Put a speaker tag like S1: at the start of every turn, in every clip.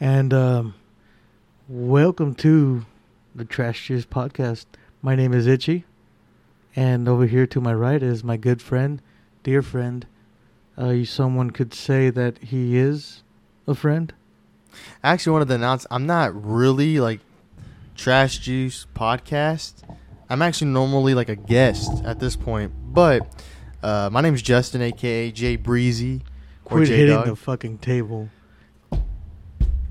S1: And um, welcome to the Trash Cheers podcast. My name is Itchy. And over here to my right is my good friend, dear friend. Uh, you- someone could say that he is a friend.
S2: I actually wanted to announce I'm not really like Trash Juice podcast. I'm actually normally like a guest at this point, but uh, my name's Justin, aka Jay Breezy. or
S1: Quit hitting
S2: J-Dog.
S1: the fucking table.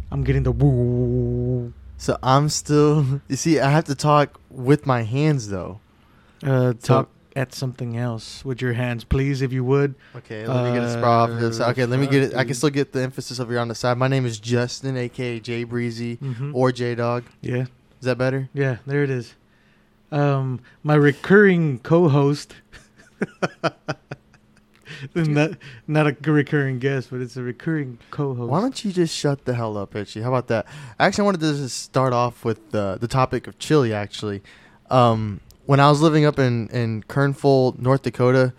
S1: I'm getting the woo.
S2: So I'm still. You see, I have to talk with my hands though.
S1: Uh, talk at something else with your hands, please, if you would.
S2: Okay, let me get a
S1: Uh,
S2: spot off. this. Okay, let me get it. I
S1: fucking-
S2: can still get the emphasis over here on the side. My name is Justin, aka Jay Breezy
S1: Mhm.
S2: or J Dog.
S1: yeah,
S2: Is that better?
S1: yeah, there it is. Um, my recurring co-host. not not a recurring guest, but it's a recurring co-host.
S2: Why don't you just shut the hell up, Itchy? How about that? Actually, I wanted to just start off with the the topic of chili. Actually, um, when I was living up in in Kernfold, North Dakota,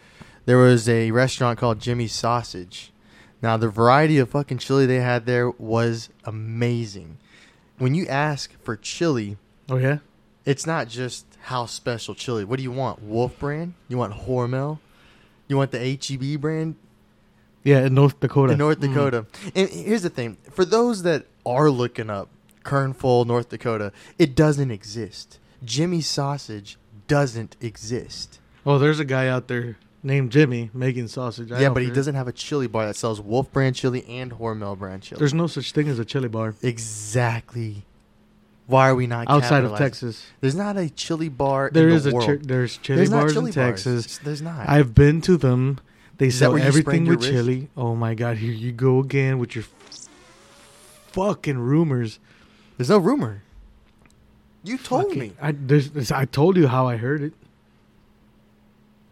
S2: there was a restaurant called Jimmy's Sausage. Now, the variety of fucking chili they had there was amazing. When you ask for chili,
S1: Oh yeah,
S2: it's not just house special chili. What do you want? Wolf brand? You want Hormel? You want the HEB brand?
S1: yeah, in North Dakota.
S2: in North
S1: Mm.
S2: Dakota. And here's the thing: for those that are looking up Kernfold, North Dakota, it doesn't exist. Jimmy Sausage doesn't exist.
S1: Oh, there's a guy out there named Jimmy making sausage. I
S2: yeah,
S1: know
S2: but he
S1: for-
S2: doesn't have a chili bar that sells Wolf brand chili and Hormel brand chili.
S1: There's no such thing as a chili bar
S2: exactly. Why are we not
S1: outside of
S2: capitalizing?
S1: Texas.
S2: There's not a chili bar.
S1: There
S2: in
S1: is
S2: the
S1: a
S2: world.
S1: chi- there's chili
S2: There's not
S1: bars
S2: chili
S1: in
S2: bars.
S1: Texas.
S2: There's not.
S1: I've been to them. They
S2: Is that
S1: sell
S2: where you sprained
S1: everything
S2: your
S1: with
S2: wrist?
S1: chili. Oh my god, here you go again with your f- fucking rumors.
S2: There's no rumor. You told
S1: Fucking-
S2: me.
S1: I there's, there's- I told you how I heard it.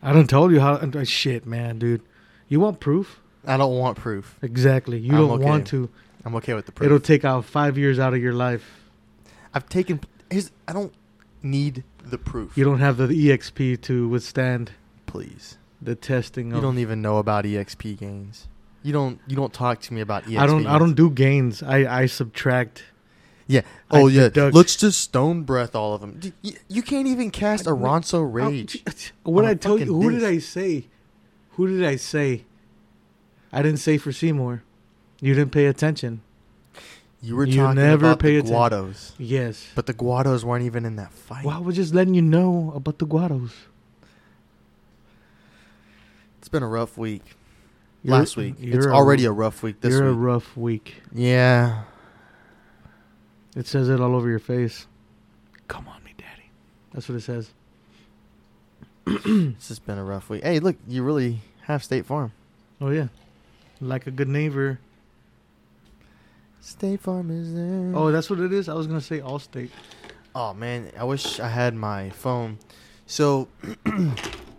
S1: I don't told you how. uh, Shit, man, dude. You want proof?
S2: I don't want proof.
S1: Exactly. You
S2: I'm
S1: don't
S2: okay.
S1: want to.
S2: I'm okay with the proof.
S1: It'll take out five years out of your life.
S2: I've taken. Here's, I don't need the proof.
S1: You don't have the EXP to withstand
S2: please.
S1: the testing. Of,
S2: You don't even know about EXP gains. You don't. You don't talk to me about EXP.
S1: I don't. I
S2: gains.
S1: don't do gains. I I subtract.
S2: Yeah.
S1: I
S2: Oh yeah.
S1: deduct-
S2: Let's just stone breath all of them. You, you can't even cast a
S1: I-
S2: Ronso
S1: Oh,
S2: rage.
S1: j- What
S2: on
S1: I
S2: a
S1: told you?
S2: fucking
S1: Who did
S2: disc.
S1: I say? Who did I say? I didn't say for Seymour. You didn't pay attention.
S2: You were
S1: You
S2: talking
S1: never
S2: about
S1: pay
S2: the
S1: attention.
S2: Guados,
S1: Yes.
S2: but the Guados weren't even in that fight.
S1: Well, I was just letting you know about the Guados.
S2: It's been a rough week.
S1: You're-
S2: Last week. It's
S1: you're a-
S2: already a rough week this
S1: You're a
S2: week.
S1: rough week.
S2: yeah.
S1: It says it all over your face. Come on, me daddy. That's what it says.
S2: It's just been a rough week. Hey, look, you really have State Farm.
S1: Oh yeah. Like a good neighbor.
S2: State Farm is there.
S1: Oh, that's what it is. I was gonna say Allstate.
S2: Oh man, I wish I had my phone. So,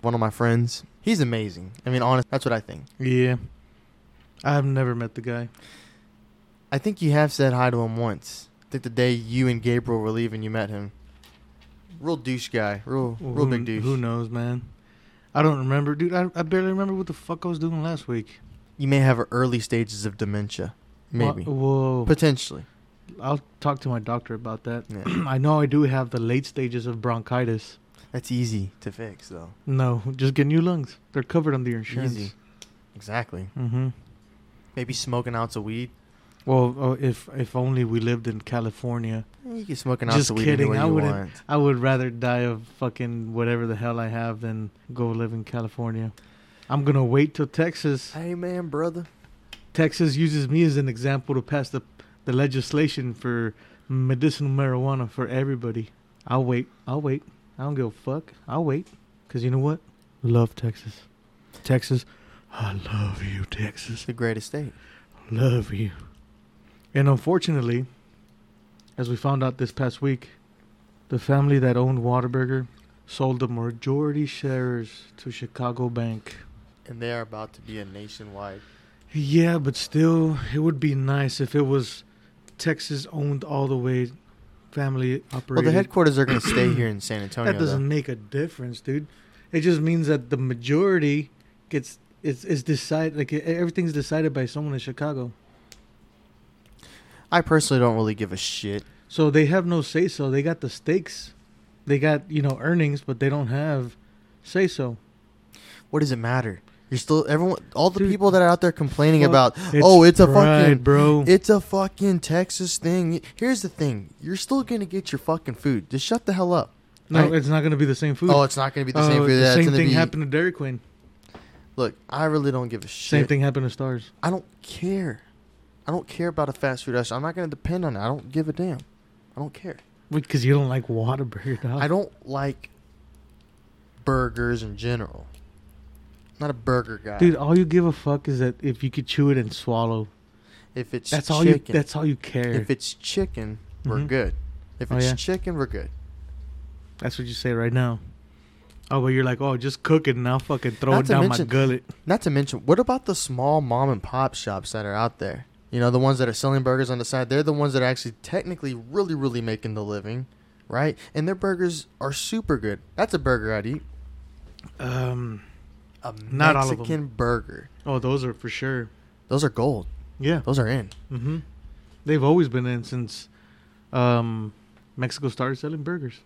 S2: one of my friends, he's amazing. I mean, honest, that's what I think.
S1: Yeah. I've never met the guy.
S2: I think you have said hi to him once. I think the day you and Gabriel were leaving, you met him. Real douche guy, real, real
S1: who,
S2: big douche.
S1: Who knows, man? I don't remember, dude. I, I barely remember what the fuck I was doing last week.
S2: You may have early stages of dementia, maybe,
S1: Wha- Whoa.
S2: potentially.
S1: I'll talk to my doctor about that.
S2: Yeah.
S1: I know I do have the late stages of bronchitis.
S2: That's easy to fix, though.
S1: No, just get new lungs. They're covered under your insurance.
S2: Easy, exactly.
S1: Mm-hmm.
S2: Maybe smoke an ounce of weed.
S1: Well, oh, if if only we lived in California.
S2: Eh, You can smoke an ounce
S1: Just
S2: of weed
S1: kidding.
S2: anywhere
S1: I
S2: you
S1: wouldn't.
S2: want.
S1: I would rather die of fucking whatever the hell I have than go live in California. I'm gonna wait till Texas.
S2: Hey man, brother.
S1: Texas uses me as an example to pass the the legislation for medicinal marijuana for everybody. I'll wait. I'll wait. I don't give a fuck. I'll wait. Cause you know what? Love Texas. Texas, I love you,
S2: It's
S1: Texas.
S2: the greatest state.
S1: Love you. And unfortunately, as we found out this past week, the family that owned Waterburger sold the majority shares to Chicago Bank.
S2: and they are about to be a nationwide.
S1: Yeah, but still, it would be nice if it was Texas owned all the way, family
S2: Well,
S1: operated.
S2: the headquarters are going to stay here in San Antonio.
S1: Oh, that doesn't make a difference, dude. It just means that the majority gets it's it's decided like e- everything's decided by someone in Chicago.
S2: though. I personally don't really give a shit.
S1: So they have no say so. They got the stakes. They got, you know, earnings, but they don't have say so.
S2: What does it matter? You're still everyone. All the
S1: Dude,
S2: people that are out there complaining
S1: fuck.
S2: about, oh, it's a fucking,
S1: bro.
S2: it's a fucking Texas thing. Here's the thing: you're still gonna get your fucking food. Just shut the hell up.
S1: no,
S2: right.
S1: it's not gonna be the same food.
S2: Oh, it's not gonna be the same
S1: Uh,
S2: food.
S1: The
S2: That's
S1: same
S2: gonna
S1: thing
S2: be.
S1: happened to Dairy Queen.
S2: Look, I really don't give a shit.
S1: Same thing happened to Stars.
S2: I don't care. I don't care about a fast food restaurant. I'm not gonna depend on it. I don't give a damn. I don't care.
S1: Because you don't like Whataburger, dog.
S2: I don't like burgers in general. I'm not a burger guy.
S1: Dude, all you give a fuck is that if you could chew it and swallow.
S2: if it's
S1: That's all
S2: chicken,
S1: you. That's all you care.
S2: if it's chicken, we're
S1: Mhm.
S2: good. If
S1: Oh,
S2: it's
S1: yeah.
S2: chicken, we're good.
S1: that's what you say right now. Oh, but you're like, oh, just cook it and I'll fucking throw
S2: Not
S1: it
S2: to
S1: down
S2: mention-
S1: my gullet.
S2: Not to mention, what about the small mom and pop shops that are out there? You know, the ones that are selling burgers on the side. They're the ones that are actually technically really, really making the living, right? And their burgers are super good. That's a burger I'd eat.
S1: Um.
S2: A
S1: Not all of 'em.
S2: Mexican burger.
S1: Oh, those are for sure.
S2: Those are gold.
S1: Yeah.
S2: Those are in.
S1: Mm-hmm. They've always been in since um, Mexico started selling burgers.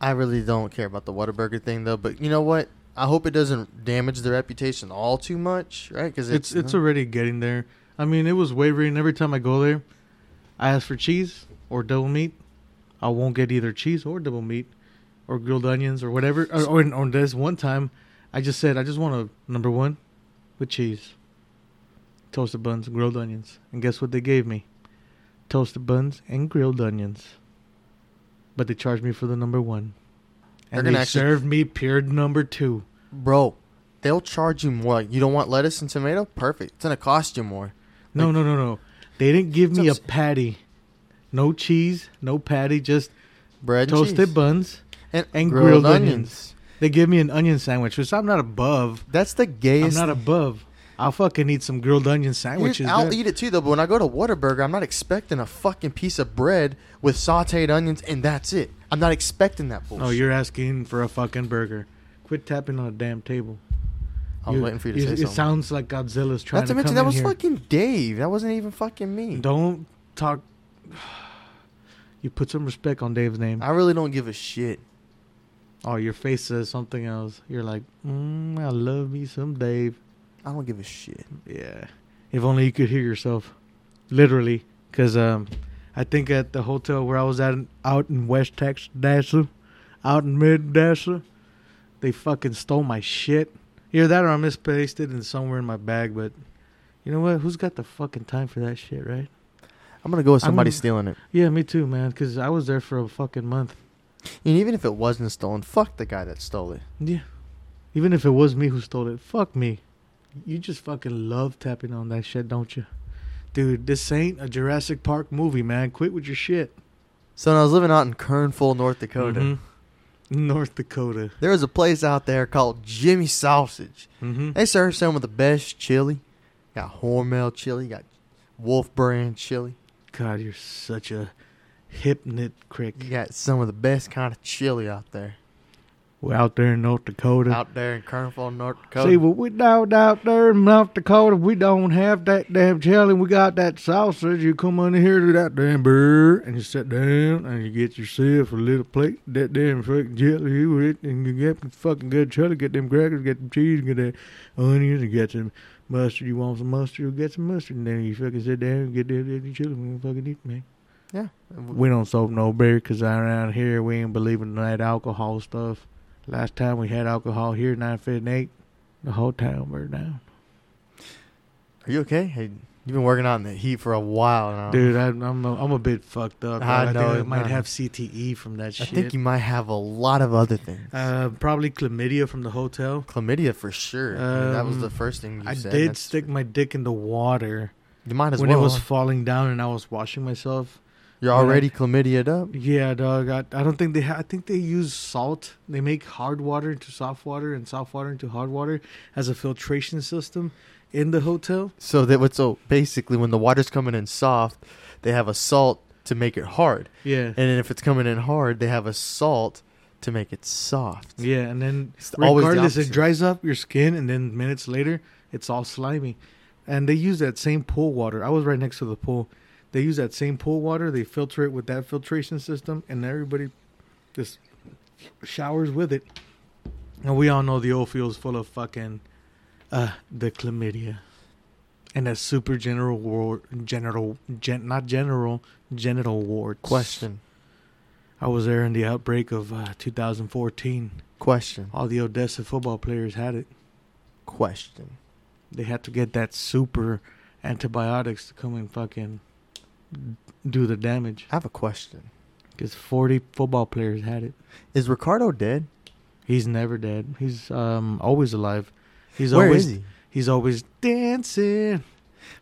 S2: I really don't care about the Whataburger thing though, but you know what? I hope it doesn't damage the reputation all too much, right? Because
S1: It's it's, already getting there. I mean, it was wavering. Every time I go there, I ask for cheese or double meat. I won't get either cheese or double meat or grilled onions or whatever. Or, or, or this one time, I just said I just want a number one with cheese, toasted buns, and grilled onions. And guess what they gave me? Toasted buns and grilled onions. But they charged me for the number one.
S2: They're
S1: And
S2: gonna
S1: they
S2: actually-
S1: served me pure number two.
S2: bro. They'll charge you more. Like, you don't want lettuce and tomato? Perfect. It's gonna cost you more.
S1: No,
S2: Like-
S1: no, no, no. They didn't give
S2: That's
S1: me a
S2: what I'm
S1: patty. No cheese, no patty, just
S2: Bread, and
S1: toasted
S2: cheese.
S1: buns. and grilled onions. They give me an onion sandwich, which I'm not above.
S2: That's the
S1: I'm
S2: gayest.
S1: not above. I'll fucking eat some grilled onion
S2: Here's-
S1: sandwiches.
S2: I'll
S1: dude.
S2: eat it too, though. But when I go to Whataburger, I'm not expecting a fucking piece of bread with sautéed onions, and that's it. I'm not expecting that bullshit.
S1: No, Oh, you're asking for a fucking burger. Quit tapping on a damn table.
S2: I was waiting for you to say
S1: it
S2: something.
S1: sounds like Godzilla's trying
S2: Not
S1: to
S2: to mention
S1: come
S2: that
S1: in
S2: was
S1: here.
S2: fucking Dave. That wasn't even fucking me.
S1: Don't talk. You put some respect on Dave's name.
S2: I really don't give a shit.
S1: Oh, your face says something else. You're like, mm, I love me some Dave.
S2: I don't give a shit.
S1: Yeah. If only you could hear yourself, literally, because um, I think at the hotel where I was at, out in West Texas, Dasher, out in Mid Dasher, they fucking stole my shit. Either that or I misplaced it in somewhere in my bag. But you know what? Who's got the fucking time for that shit, right?
S2: I'm gonna go with
S1: I'm-
S2: somebody stealing it.
S1: Yeah, me too, man. Because I was there for a fucking month.
S2: And even if it wasn't stolen, fuck the guy that stole it.
S1: Yeah. Even if it was me who stole it, fuck me. You just fucking love tapping on that shit, don't you? Dude, this ain't a Jurassic Park movie, man. Quit with your shit.
S2: So when I was living out in Kernville, North Dakota,
S1: Mhm. North Dakota.
S2: there was a place out there called Jimmy Sausage.
S1: Mm-hmm.
S2: They serve some of the best chili. Got Hormel chili. Got Wolf Brand chili.
S1: God, you're such a hypnot crick.
S2: You got some of the best kind of chili out there.
S1: We're out there in North Dakota.
S2: Out there in Kernville, North
S1: See,
S2: Dakota.
S1: what we don't out there in North Dakota, we don't have that damn chili. We got that sausage. You come under here to that damn bird, and you sit down, and you get yourself a little plate of that damn fucking chili you eat, and you get the fucking good chili. Get them crackers, get them cheese, get that onions, and get some mustard. You want some mustard, you get some mustard, and then you fucking sit down and get that damn chili. We fucking eat, man.
S2: Yeah.
S1: We don't soak no beer 'cause around here we ain't believing in that alcohol stuff. Last time we had alcohol here, 958, the whole town burned down.
S2: Are you okay? Hey, you've been working out in the heat for a while now.
S1: Dude, I, I'm, a, I'm a bit fucked up.
S2: I
S1: dog.
S2: know,
S1: think I
S2: it-
S1: might
S2: I-
S1: have CTE from that
S2: I
S1: shit.
S2: think you might have a lot of other things.
S1: uh, probably chlamydia from the hotel.
S2: Chlamydia for sure. I mean, that was
S1: Um,
S2: the first thing you
S1: I
S2: said.
S1: did
S2: That's-
S1: stick my dick in the water
S2: You might as
S1: when
S2: well.
S1: it was falling down and I was washing myself.
S2: You're
S1: Yeah.
S2: already chlamydia'd up.
S1: Yeah, dog. I, I don't think they. Ha- I think they use salt. They make hard water into soft water and soft water into hard water as a filtration system in the hotel.
S2: So that what? So basically, when the water's coming in soft, they have a salt to make it hard,
S1: Yeah,
S2: and then if it's coming in hard, they have a salt to make it soft.
S1: yeah. And then
S2: It's always the
S1: regardless, it
S2: opposite.
S1: dries up your skin, and then minutes later, it's all slimy. And they use that same pool water. I was right next to the pool. They use that same pool water. They filter it with that filtration system, and everybody just showers with it. And we all know the oil field's full of fucking uh, the chlamydia and that super general ward, general, gen, not general, genital ward.
S2: Question.
S1: I was there in the outbreak of uh, 2014.
S2: Question.
S1: All the Odessa football players had it.
S2: Question.
S1: They had to get that super antibiotics to come and fucking do the damage.
S2: I have a question.
S1: Because 40 football players had it.
S2: Is Ricardo dead?
S1: He's never dead. He's um always alive. He's
S2: Where
S1: always
S2: is he?
S1: he's always dancing.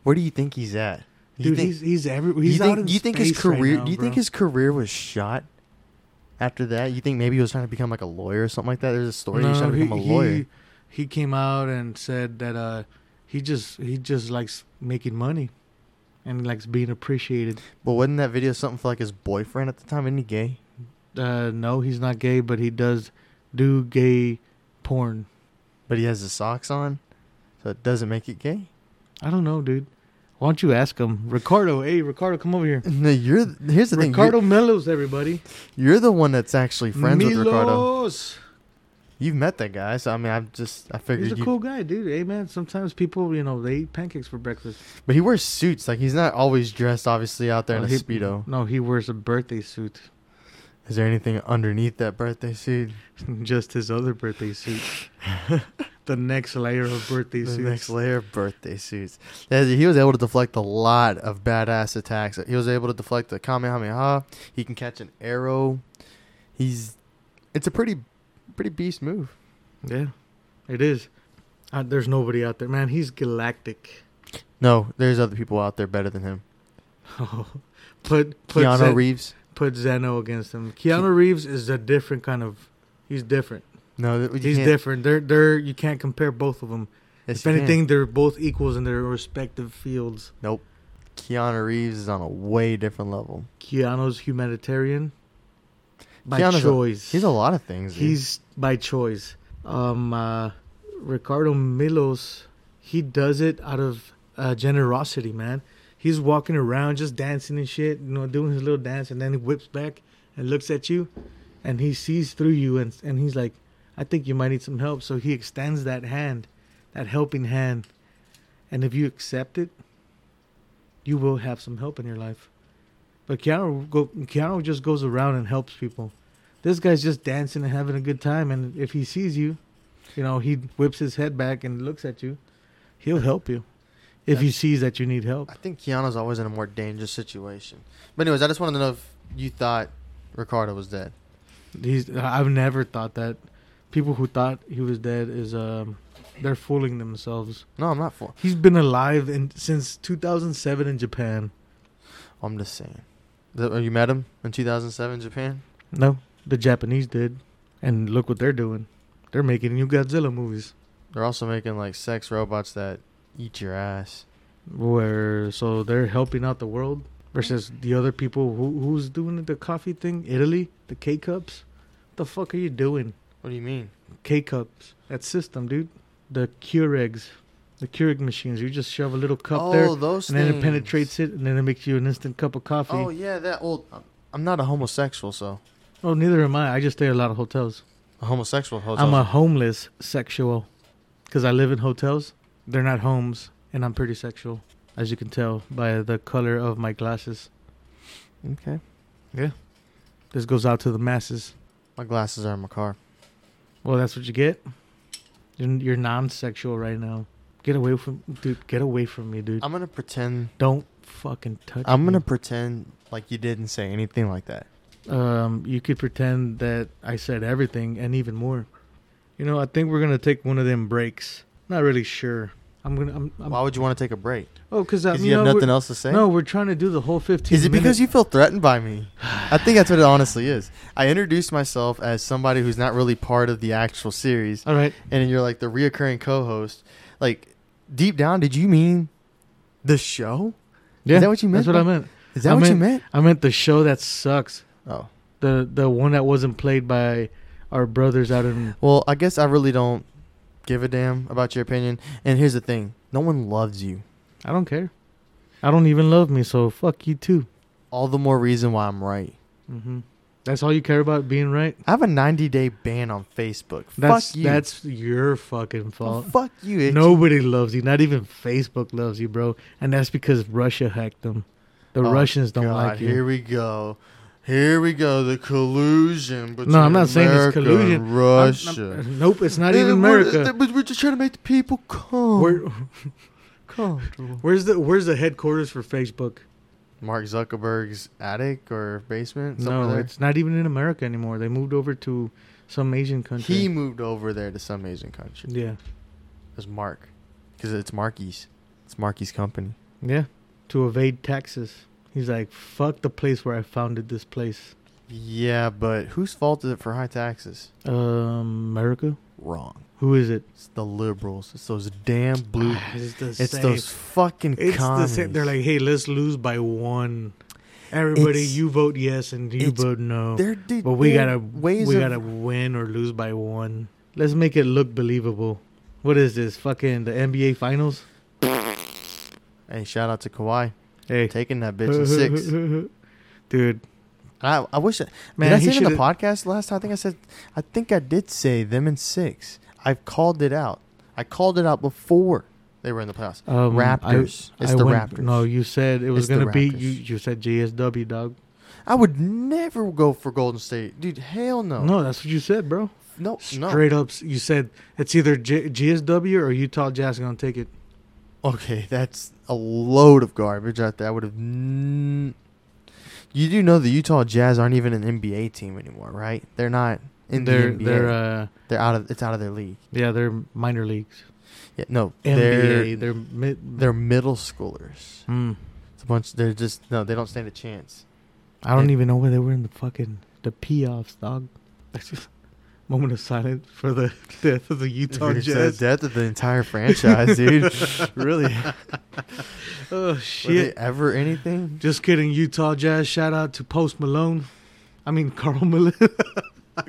S2: Where do you think he's at? You
S1: Dude,
S2: think,
S1: he's he's every
S2: do you
S1: he's
S2: think,
S1: out in
S2: do you think his
S1: space right
S2: career?
S1: now,
S2: do you think
S1: bro.
S2: his career was shot after that? You think maybe he was trying to become like a lawyer or something like that? There's a story he's trying to
S1: he-
S2: become a lawyer.
S1: He, he came out and said that uh, he just he just likes making money, and likes being appreciated.
S2: but wasn't that video something for like his boyfriend at the time? Isn't he gay?
S1: Uh, no, he's not gay, but he does do gay porn.
S2: But he has his socks on, so it doesn't make it gay.
S1: I don't know, dude. Why don't you ask him, Ricardo? Hey, Ricardo, come over here.
S2: No, you're th- here's the
S1: Ricardo
S2: thing.
S1: Melos, everybody.
S2: You're, you're the one that's actually friends with Ricardo.
S1: Milos.
S2: You've met that guy, so I mean, I'm just I figured
S1: He's a
S2: you.
S1: cool guy, dude. Hey, man. Sometimes people, you know, they eat pancakes for breakfast.
S2: But he wears suits. Like he's not always dressed, obviously, out there in
S1: Oh,
S2: a
S1: he-
S2: speedo.
S1: No, he wears a birthday suit,
S2: Is there anything underneath that birthday suit?
S1: just his other birthday suit. the next layer of birthday
S2: The
S1: suits.
S2: next layer, of birthday suits. Yeah, He was able to deflect a lot of badass attacks. He was able to deflect the Kamehameha. He can catch an arrow. He's, it's a pretty, pretty beast move.
S1: Yeah, it is. Uh, there's nobody out there, man. He's galactic.
S2: No, there's other people out there better than him.
S1: put put
S2: Keanu
S1: Zen-
S2: Reeves.
S1: put Zeno against him. Keanu Reeves is a different kind of. He's different.
S2: No, th- you
S1: he's
S2: can't-
S1: different. They're they're you can't compare both of them.
S2: Yes,
S1: if
S2: you can.
S1: anything, they're both equals in their respective fields.
S2: nope. Keanu Reeves is on a way different level.
S1: Keanu's humanitarian by
S2: Keanu's a-
S1: choice.
S2: He's a lot of things. dude.
S1: He's by choice. Um, uh, Ricardo Milos, he does it out of uh, generosity, man. He's walking around just dancing and shit, you know, doing his little dance, and then he whips back and looks at you, and he sees through you, and and he's like, "I think you might need some help." So he extends that hand, that helping hand, and if you accept it, you will have some help in your life. But Keanu go, Keanu just goes around and helps people this guy's just dancing and having a good time and if he sees you you know he whips his head back and looks at you he'll help you if he sees that you need help
S2: I think Keanu's always in a more dangerous situation. But anyways, I just wanted to know if you thought Ricardo was dead.
S1: he's i've never thought that people who thought he was dead is um they're fooling themselves
S2: No, I'm not for.
S1: he's been alive in, since 2007 in japan
S2: I'm just saying. The, you met him in 2007 in Japan.
S1: no the japanese did and look what they're doing they're making new godzilla movies
S2: They're also making like sex robots that eat your ass.
S1: where so they're helping out the world versus the other people who who's doing the coffee thing italy the k-cups the fuck are you doing
S2: What do you mean?
S1: k-cups that system dude the keurigs the keurig machines you just shove a little cup there and
S2: Oh, those
S1: then it penetrates it and then it makes you an instant cup of coffee
S2: Oh
S1: oh,
S2: yeah, that old. I'm not a homosexual, so
S1: neither am i i just stay at a lot of hotels
S2: a homosexual. Hotel.
S1: i'm a homeless sexual because i live in hotels they're not homes and i'm pretty sexual as you can tell by the color of my glasses
S2: okay.
S1: This goes out to the masses.
S2: My glasses are in my car.
S1: Well, that's what you get. You're, you're non-sexual right now. Get away from, dude. Get away from me, dude.
S2: I'm gonna pretend.
S1: Don't fucking touch.
S2: I'm
S1: me.
S2: gonna pretend like you didn't say anything like that.
S1: Um, you could pretend that I said everything and even more. You know, I think we're gonna take one of them breaks. Not really sure. I'm gonna. I'm. I'm
S2: Why would you want to take a break?
S1: Oh, because I
S2: Because
S1: mean,
S2: you have
S1: no,
S2: nothing
S1: we're-
S2: else to say.
S1: No, we're trying to do the whole 15.
S2: Is it
S1: minute-
S2: because you feel threatened by me? I think that's what it honestly is. I introduced myself as somebody who's not really part of the actual series,
S1: All right.
S2: and you're like the reoccurring co-host. Like deep down, did you mean the show?
S1: Yeah.
S2: that what you meant
S1: That's what I
S2: by-
S1: meant.
S2: Is that
S1: I
S2: what you meant?
S1: I meant the show that sucks.
S2: Oh,
S1: The the one that wasn't played by our brothers out in.
S2: well, I guess I really don't give a damn about your opinion. And here's the thing: no one loves you.
S1: I don't care. I don't even love me, so fuck you too.
S2: All the more reason why I'm right.
S1: hmm That's all you care about being right.
S2: I have a 90 day ban on Facebook.
S1: That's
S2: fuck you.
S1: that's your fucking
S2: Well,
S1: fault.
S2: fuck you. Itch.
S1: Nobody loves you. Not even Facebook loves you, bro. And that's because Russia hacked them. The
S2: Oh,
S1: Russians don't
S2: God,
S1: like
S2: Here
S1: you.
S2: we go. Here we go. The collusion. Between
S1: No, I'm not saying it's
S2: America and
S1: collusion. I'm- I'm-
S2: Russia.
S1: nope, it's not even
S2: Uh, we're- uh,
S1: America.
S2: We're, we're just trying to make the people calm.
S1: Where,
S2: comfortable.
S1: where's the Where's the headquarters for Facebook?
S2: Mark Zuckerberg's attic or basement.
S1: No,
S2: somewhere
S1: it's not even in America anymore. They moved over to some Asian
S2: there.
S1: country.
S2: He moved over there to some Asian country.
S1: yeah,
S2: It was Mark, because it's Marky's. It's Marky's company.
S1: yeah, to evade taxes. He's like, fuck the place where I founded this place.
S2: Yeah, but whose fault is it for high taxes?
S1: Um, America.
S2: Wrong.
S1: Who is it?
S2: It's the liberals. It's those damn blue.
S1: it's the
S2: It's
S1: same.
S2: those fucking
S1: It's the
S2: commies.
S1: same. They're like, hey, let's lose by one. Everybody,
S2: It's-
S1: you vote yes and you
S2: it's-
S1: vote no.
S2: They're, dude,
S1: But we
S2: they're
S1: gotta
S2: ways
S1: we
S2: of-
S1: gotta win or lose by one. Let's make it look believable. What is this? Fucking the NBA finals?
S2: Hey, shout out to Kawhi
S1: Hey,
S2: taking that bitch in six. And
S1: dude.
S2: I, I wish. I,
S1: Man,
S2: Man,
S1: he
S2: did I say it in the
S1: shoulda-
S2: podcast last? time? I think I said. I think I did say them in six. I've called it out. I called it out before they were in the playoffs.
S1: Um, I-
S2: Raptors. it's
S1: I
S2: the
S1: went-
S2: Raptors.
S1: No, you said it was
S2: It's the
S1: gonna be
S2: Raptors.
S1: you. You said JSW, dog.
S2: I would never go for Golden State, dude. Hell no.
S1: No, that's what you said, bro.
S2: no, no.
S1: Straight up, s- you said it's either J- GSW or Utah Jazz gonna take it.
S2: Okay, that's a load of garbage out there. I would have. N- you do know the Utah Jazz aren't even an NBA team anymore, right? They're not in
S1: they're
S2: the NBA.
S1: they're
S2: They're,
S1: uh
S2: out of. It's out of their league.
S1: yeah they're minor leagues.
S2: Yeah, no, they're
S1: NBA. They're mid.
S2: they're middle schoolers.
S1: Mm.
S2: It's a bunch. They're just no. They don't stand a chance.
S1: I don't
S2: It-
S1: even know where they were in the fucking the pee offs, dog. That's just moment of silence for the death of the Utah
S2: It's the
S1: Jazz.
S2: death of the entire franchise, dude. really?
S1: Oh
S2: Were they
S1: shit!
S2: ever anything?
S1: Just kidding, Utah Jazz. Shout out to Post Malone. I mean Carl Malone.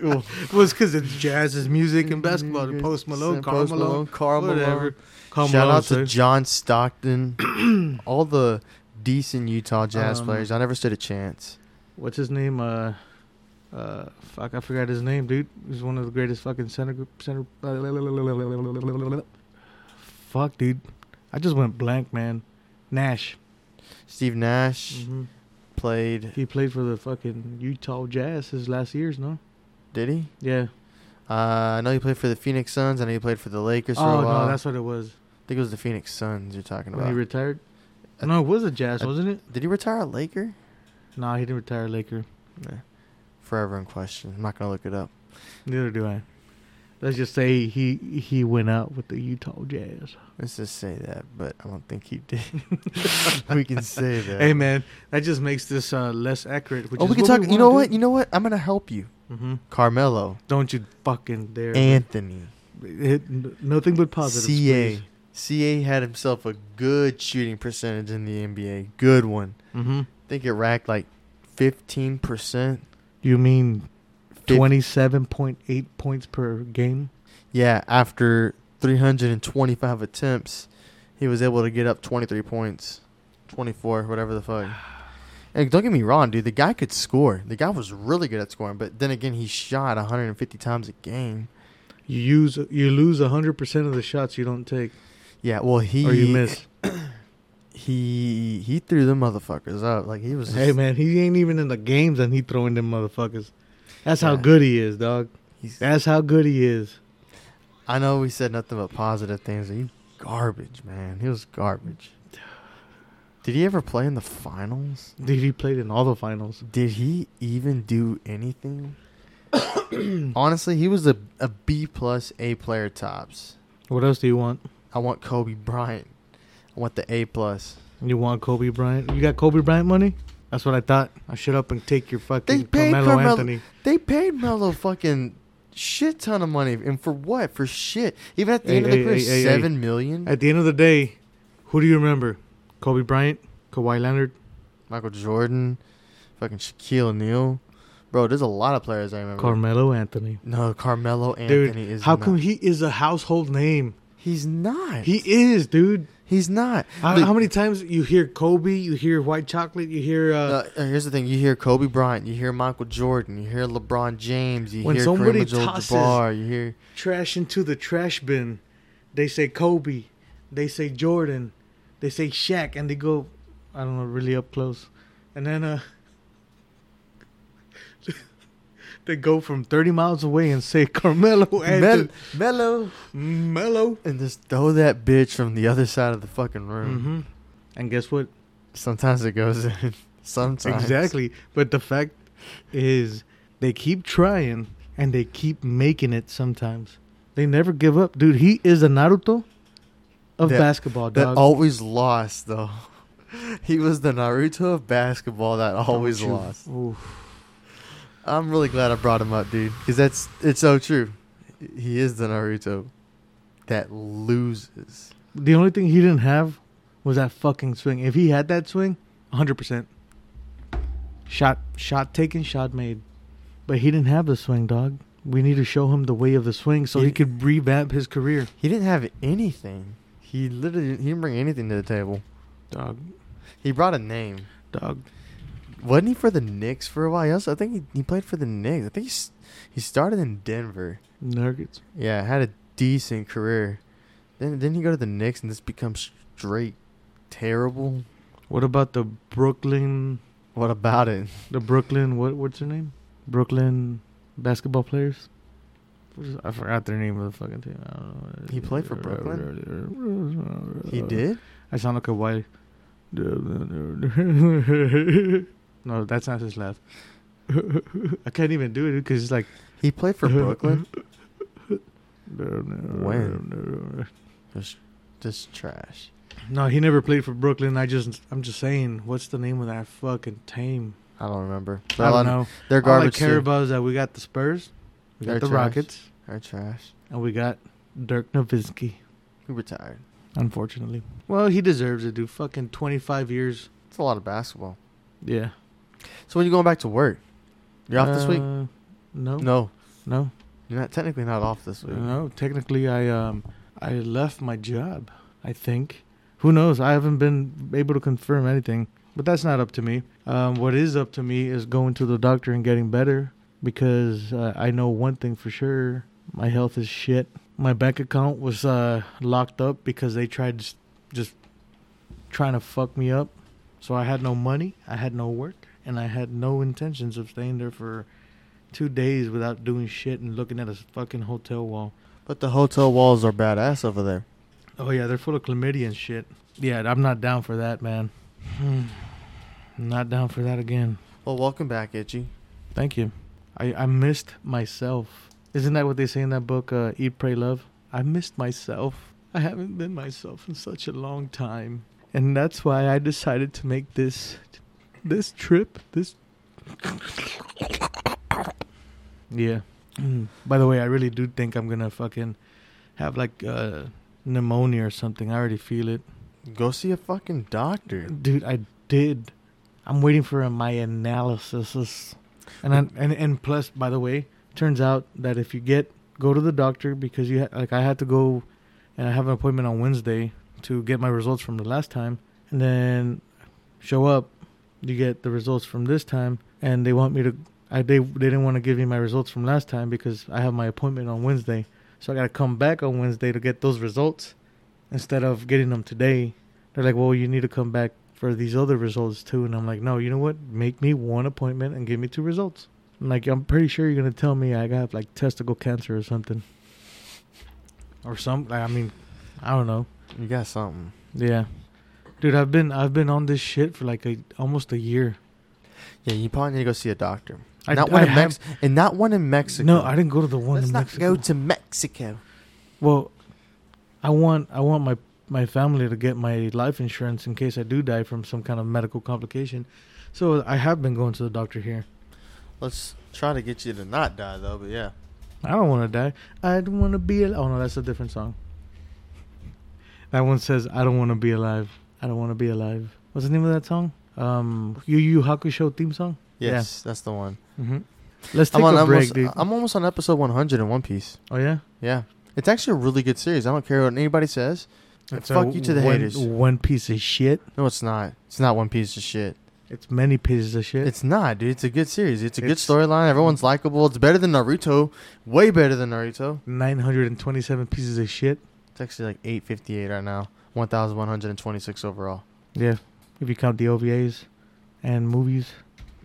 S1: well, it's because it's jazz, it's music, and basketball. The Post Malone, Carl
S2: Post
S1: Malone,
S2: Karl
S1: whatever. Carl
S2: Shout
S1: Malone,
S2: out to
S1: sir.
S2: John Stockton. All the decent Utah Jazz
S1: Um,
S2: players. I never stood a chance.
S1: what's his name? Uh, uh, fuck, I forgot his name, dude. He's one of the greatest fucking center group center. Fuck, dude, I just went blank, man. Nash,
S2: Steve Nash
S1: hmm
S2: played.
S1: he played for the fucking Utah Jazz his last years, no?
S2: Did he?
S1: Yeah.
S2: Uh, I know he played for the Phoenix Suns. I know he played for the Lakers for
S1: Oh
S2: a while.
S1: no, that's what it was
S2: I think it was the Phoenix Suns you're talking
S1: when
S2: about.
S1: he retired.
S2: I-
S1: no, it was a Jazz,
S2: I-
S1: wasn't it?
S2: Did he retire a Laker?
S1: No, he didn't retire a Laker.
S2: Nah. Forever in question. I'm not gonna look it up.
S1: Neither do I. Let's just say he he went out with the Utah Jazz.
S2: Let's just say that, but I don't think he did. we can say that.
S1: Hey man, that just makes this uh, less accurate. Which
S2: oh,
S1: is
S2: we can
S1: what
S2: talk. you
S1: wanna
S2: know
S1: do.
S2: what? You know what? I'm gonna help you,
S1: Mm-hmm.
S2: Carmelo,
S1: Don't you fucking dare.
S2: Anthony,
S1: It- n- nothing but positive.
S2: CA. CA had himself a good shooting percentage in the NBA. Good one.
S1: Mm-hmm.
S2: I think it racked like 15 percent.
S1: You mean 27.8 points per game?
S2: Yeah, after 325 attempts, he was able to get up 23 points, 24, whatever the fuck. And don't get me wrong, dude. The guy could score. The guy was really good at scoring. But then again, he shot 150 times a game.
S1: You use you lose 100% of the shots you don't take
S2: Yeah, well, he
S1: or you miss.
S2: He he threw them motherfuckers up. Like he was. Just,
S1: Hey man, he ain't even in the games and he throwing them motherfuckers. That's how
S2: Yeah.
S1: good he is, dog.
S2: he's-
S1: That's how good he is.
S2: I know we said nothing but positive things. But he garbage, man. He was garbage. Did he ever play in the finals?
S1: Dude, he played in all the finals.
S2: Did he even do anything? Honestly, he was a, a B plus A player tops.
S1: What else do you want?
S2: I want Kobe Bryant. I want the A plus.
S1: You want Kobe Bryant? You got Kobe Bryant money? That's what I thought. I shut up and take your fucking
S2: They paid
S1: Carmelo,
S2: Carmelo-
S1: Anthony.
S2: They paid Melo fucking shit ton of money, and for what? For shit. Even at the
S1: Hey,
S2: end of the
S1: hey,
S2: career,
S1: hey, hey, hey.
S2: seven million.
S1: At the end of the day, who do you remember? Kobe Bryant, Kawhi Leonard.
S2: Michael Jordan, fucking Shaquille O'Neal. Bro, there's a lot of players I remember.
S1: Carmelo Anthony.
S2: no, Carmelo
S1: Dude,
S2: Anthony is
S1: how
S2: not.
S1: come he is a household name?
S2: he's not?
S1: He is, dude.
S2: He's not.
S1: How,
S2: Look,
S1: how many times you hear Kobe, you hear white chocolate, you hear uh,
S2: uh, here's the thing: you hear Kobe Bryant, you hear Michael Jordan, you hear LeBron James, you
S1: When
S2: hear
S1: somebody
S2: Kareem
S1: tosses-
S2: Abdul-Jabbar, you hear
S1: trash into the trash bin. They say Kobe, they say Jordan, they say Shaq, and they go, I don't know, really up close. And then uh, they go from 30 miles away and say Carmelo
S2: Mel-
S1: and
S2: Mellow,
S1: Mello.
S2: and just throw that bitch from the other side of the fucking room.
S1: hmm And guess what?
S2: Sometimes it goes in. Sometimes
S1: Exactly. But the fact is, they keep trying and they keep making it sometimes. They never give up. Dude, he is the Naruto of
S2: That-
S1: basketball,
S2: That
S1: dog.
S2: always lost though. He was the Naruto of basketball that
S1: Don't
S2: always
S1: you-
S2: lost.
S1: Oof.
S2: I'm really glad I brought him up, dude, because that's it's so true. He is the Naruto that loses.
S1: The only thing he didn't have was that fucking swing. If he had that swing, 100%. Shot shot taken, shot made. But he didn't have the swing, dog. We need to show him the way of the swing so he
S2: He-
S1: could revamp his career.
S2: He didn't have anything. He literally didn't- he didn't bring anything to the table.
S1: Dog,
S2: He brought a name.
S1: dog.
S2: Wasn't he for the Knicks for a while? He also, I think he, he played for the Knicks. I think he s- he started in Denver.
S1: Nuggets.
S2: Yeah, had a decent career. Then didn't he go to the Knicks and just become straight terrible?
S1: What about the Brooklyn
S2: What about it?
S1: The Brooklyn, what what's her name? Brooklyn basketball players. What is- I forgot their name of the fucking team. I don't know.
S2: He played for Brooklyn? He did.
S1: I sound like a white. No, that's not his laugh. I can't even do it because it's like
S2: He played for
S1: Mm-hmm.
S2: Brooklyn.
S1: when.
S2: Just, just trash.
S1: No, he never played for Brooklyn. I just, I'm just saying, what's the name of that fucking team?
S2: I don't remember. But
S1: I
S2: a lot
S1: don't
S2: of-
S1: know.
S2: They're
S1: All I
S2: garbage.
S1: care
S2: too.
S1: about is that we got the Spurs, we got
S2: They're
S1: the
S2: trash.
S1: Rockets,
S2: They're trash.
S1: and we got Dirk Nowitzki.
S2: He retired.
S1: Unfortunately, well, he deserves it, dude. Fucking twenty-five years.
S2: It's a lot of basketball.
S1: Yeah.
S2: So when you going back to work? You're off this week.
S1: Uh, No. No.
S2: No,
S1: No.
S2: you're not technically not off this week.
S1: No, technically, I um, I left my job. I think. Who knows? I haven't been able to confirm anything, but that's not up to me. Um, what is up to me is going to the doctor and getting better because uh, I know one thing for sure: my health is shit. My bank account was uh, locked up because they tried s- just trying to fuck me up. So I had no money, I had no work, and I had no intentions of staying there for two days without doing shit and looking at a fucking hotel wall.
S2: But the hotel walls are badass over there.
S1: Oh yeah, they're full of chlamydia and shit. Yeah, I'm not down for that, man. Hmm. not down for that again.
S2: Well, welcome back, Itchy.
S1: Thank you. I, I missed myself. Isn't that what they say in that book, uh, Eat, Pray, Love? I missed myself. I haven't been myself in such a long time. And that's why I decided to make this this trip, this Yeah. Mm. By the way, I really do think I'm going to fucking have like uh pneumonia or something. I already feel it.
S2: Go see a fucking doctor.
S1: Dude, I did. I'm waiting for my analysis. And I, and and plus, by the way, turns out that if you get go to the doctor because you ha- like I had to go, and I have an appointment on Wednesday to get my results from the last time, and then show up, you get the results from this time, and they want me to. I they they didn't want to give me my results from last time because I have my appointment on Wednesday, so I got to come back on Wednesday to get those results, instead of getting them today. They're like, well, you need to come back for these other results too. And I'm like, no, you know what? Make me one appointment and give me two results. I'm like, I'm pretty sure you're going to tell me I got like testicle cancer or something. Or some, like, I mean, I don't know.
S2: You got something.
S1: Yeah. Dude, I've been, I've been on this shit for like a, almost a year.
S2: Yeah, you probably need to go see a doctor.
S1: I-
S2: not one
S1: I
S2: in
S1: have-
S2: Mex- and not one in Mexico.
S1: No, I didn't go to the one
S2: Let's
S1: in
S2: not
S1: Mexico.
S2: go to Mexico.
S1: well, I want, I want my, my family to get my life insurance in case I do die from some kind of medical complication. So I have been going to the doctor here.
S2: Let's try to get you to not die though. But yeah,
S1: I don't want to die. I don't want to be alive. Oh no, that's a different song. That one says, "I don't want to be alive. I don't want to be alive." What's the name of that song? Um, Yu Yu Hakusho theme song.
S2: yes, that's the one.
S1: Mm-hmm. Let's take
S2: I'm on
S1: a break,
S2: almost,
S1: dude.
S2: I'm almost on episode 100 in One Piece.
S1: oh yeah,
S2: Yeah, it's actually a really good series. I don't care what anybody says. And fuck you to the
S1: one,
S2: haters.
S1: One piece of shit.
S2: No, it's not. It's not one piece of shit.
S1: It's many pieces of shit.
S2: It's not, dude. It's a good series. It's a good
S1: It's- Mm-hmm.
S2: storyline. Everyone's likable. It's better than Naruto. Way better than Naruto.
S1: 927 pieces of shit.
S2: It's actually like 858 right now. 1126 overall.
S1: Yeah. If you count the OVAs and movies.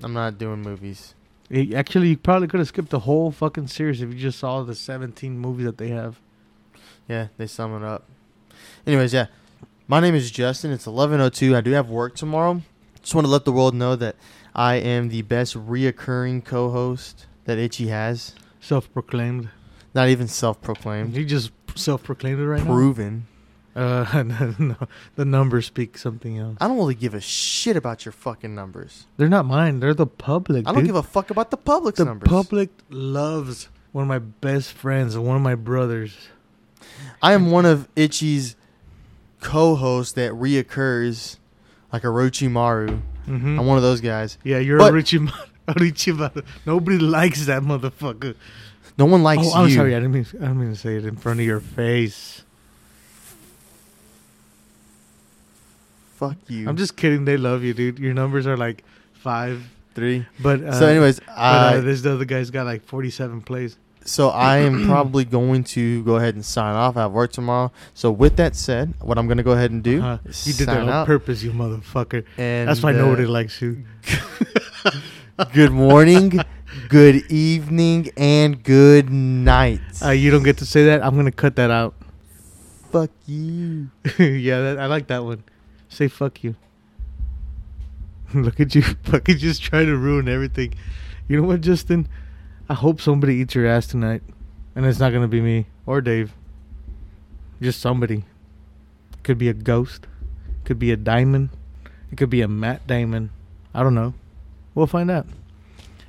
S2: I'm not doing movies.
S1: It- actually, you probably could have skipped the whole fucking series if you just saw the 17 movies that they have.
S2: Yeah, they sum it up. Anyways, yeah. My name is Justin. It's 11:02. I do have work tomorrow. Just want to let the world know that I am the best reoccurring co-host that Itchy has.
S1: Self proclaimed.
S2: Not even self-proclaimed.
S1: You just self proclaimed it right
S2: proven.
S1: now? Uh, no, no. The numbers speak something else.
S2: I don't really give a shit about your fucking numbers.
S1: They're not mine. They're the public.
S2: I don't give a fuck about the public's
S1: The
S2: numbers.
S1: public loves one of my best friends and one of my brothers.
S2: I am one of Itchy's co-hosts that reoccurs like Orochimaru.
S1: Mm-hmm.
S2: I'm one of those guys.
S1: yeah, you're
S2: But-
S1: a Richie Mar- a Richie Mar- Nobody likes that motherfucker.
S2: No one likes
S1: oh, I'm
S2: you.
S1: sorry. I didn't mean. I didn't mean to say it in front of your face.
S2: Fuck you.
S1: I'm just kidding. They love you, dude. Your numbers are like five.
S2: three.
S1: But uh,
S2: so anyways,
S1: but, uh,
S2: I
S1: this other guy's got like 47 plays.
S2: so I am probably going to go ahead and sign off. I have work tomorrow. So with that said, what I'm going to go ahead and do
S1: Uh-huh.
S2: is
S1: You did that
S2: sign
S1: on
S2: out.
S1: purpose, you motherfucker.
S2: and
S1: That's why
S2: uh,
S1: nobody likes you.
S2: good morning, good evening, and good night.
S1: Uh, you don't get to say that. I'm gonna cut that out.
S2: Fuck you.
S1: yeah, that, I like that one. Say fuck you. Look at you fucking just trying to ruin everything. You know what, Justin? I hope somebody eats your ass tonight. And it's not going to be me or Dave. Just somebody. Could be a ghost. Could be a diamond. It could be a Matt Damon. I don't know. We'll find out.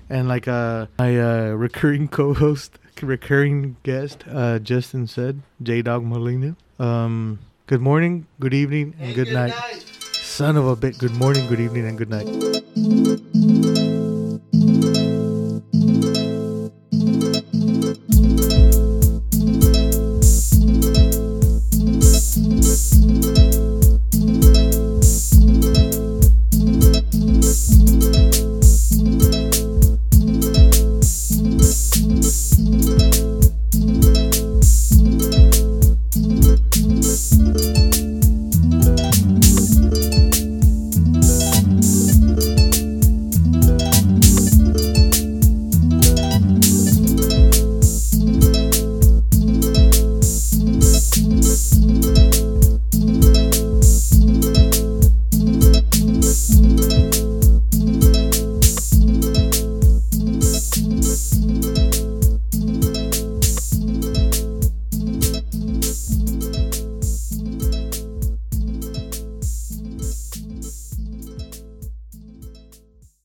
S1: And like uh, my uh, recurring co-host, recurring guest, uh, Justin said, J Dog Molina. Um, good morning, good evening, and good night. Son of a bit. Good morning, good evening, and good night.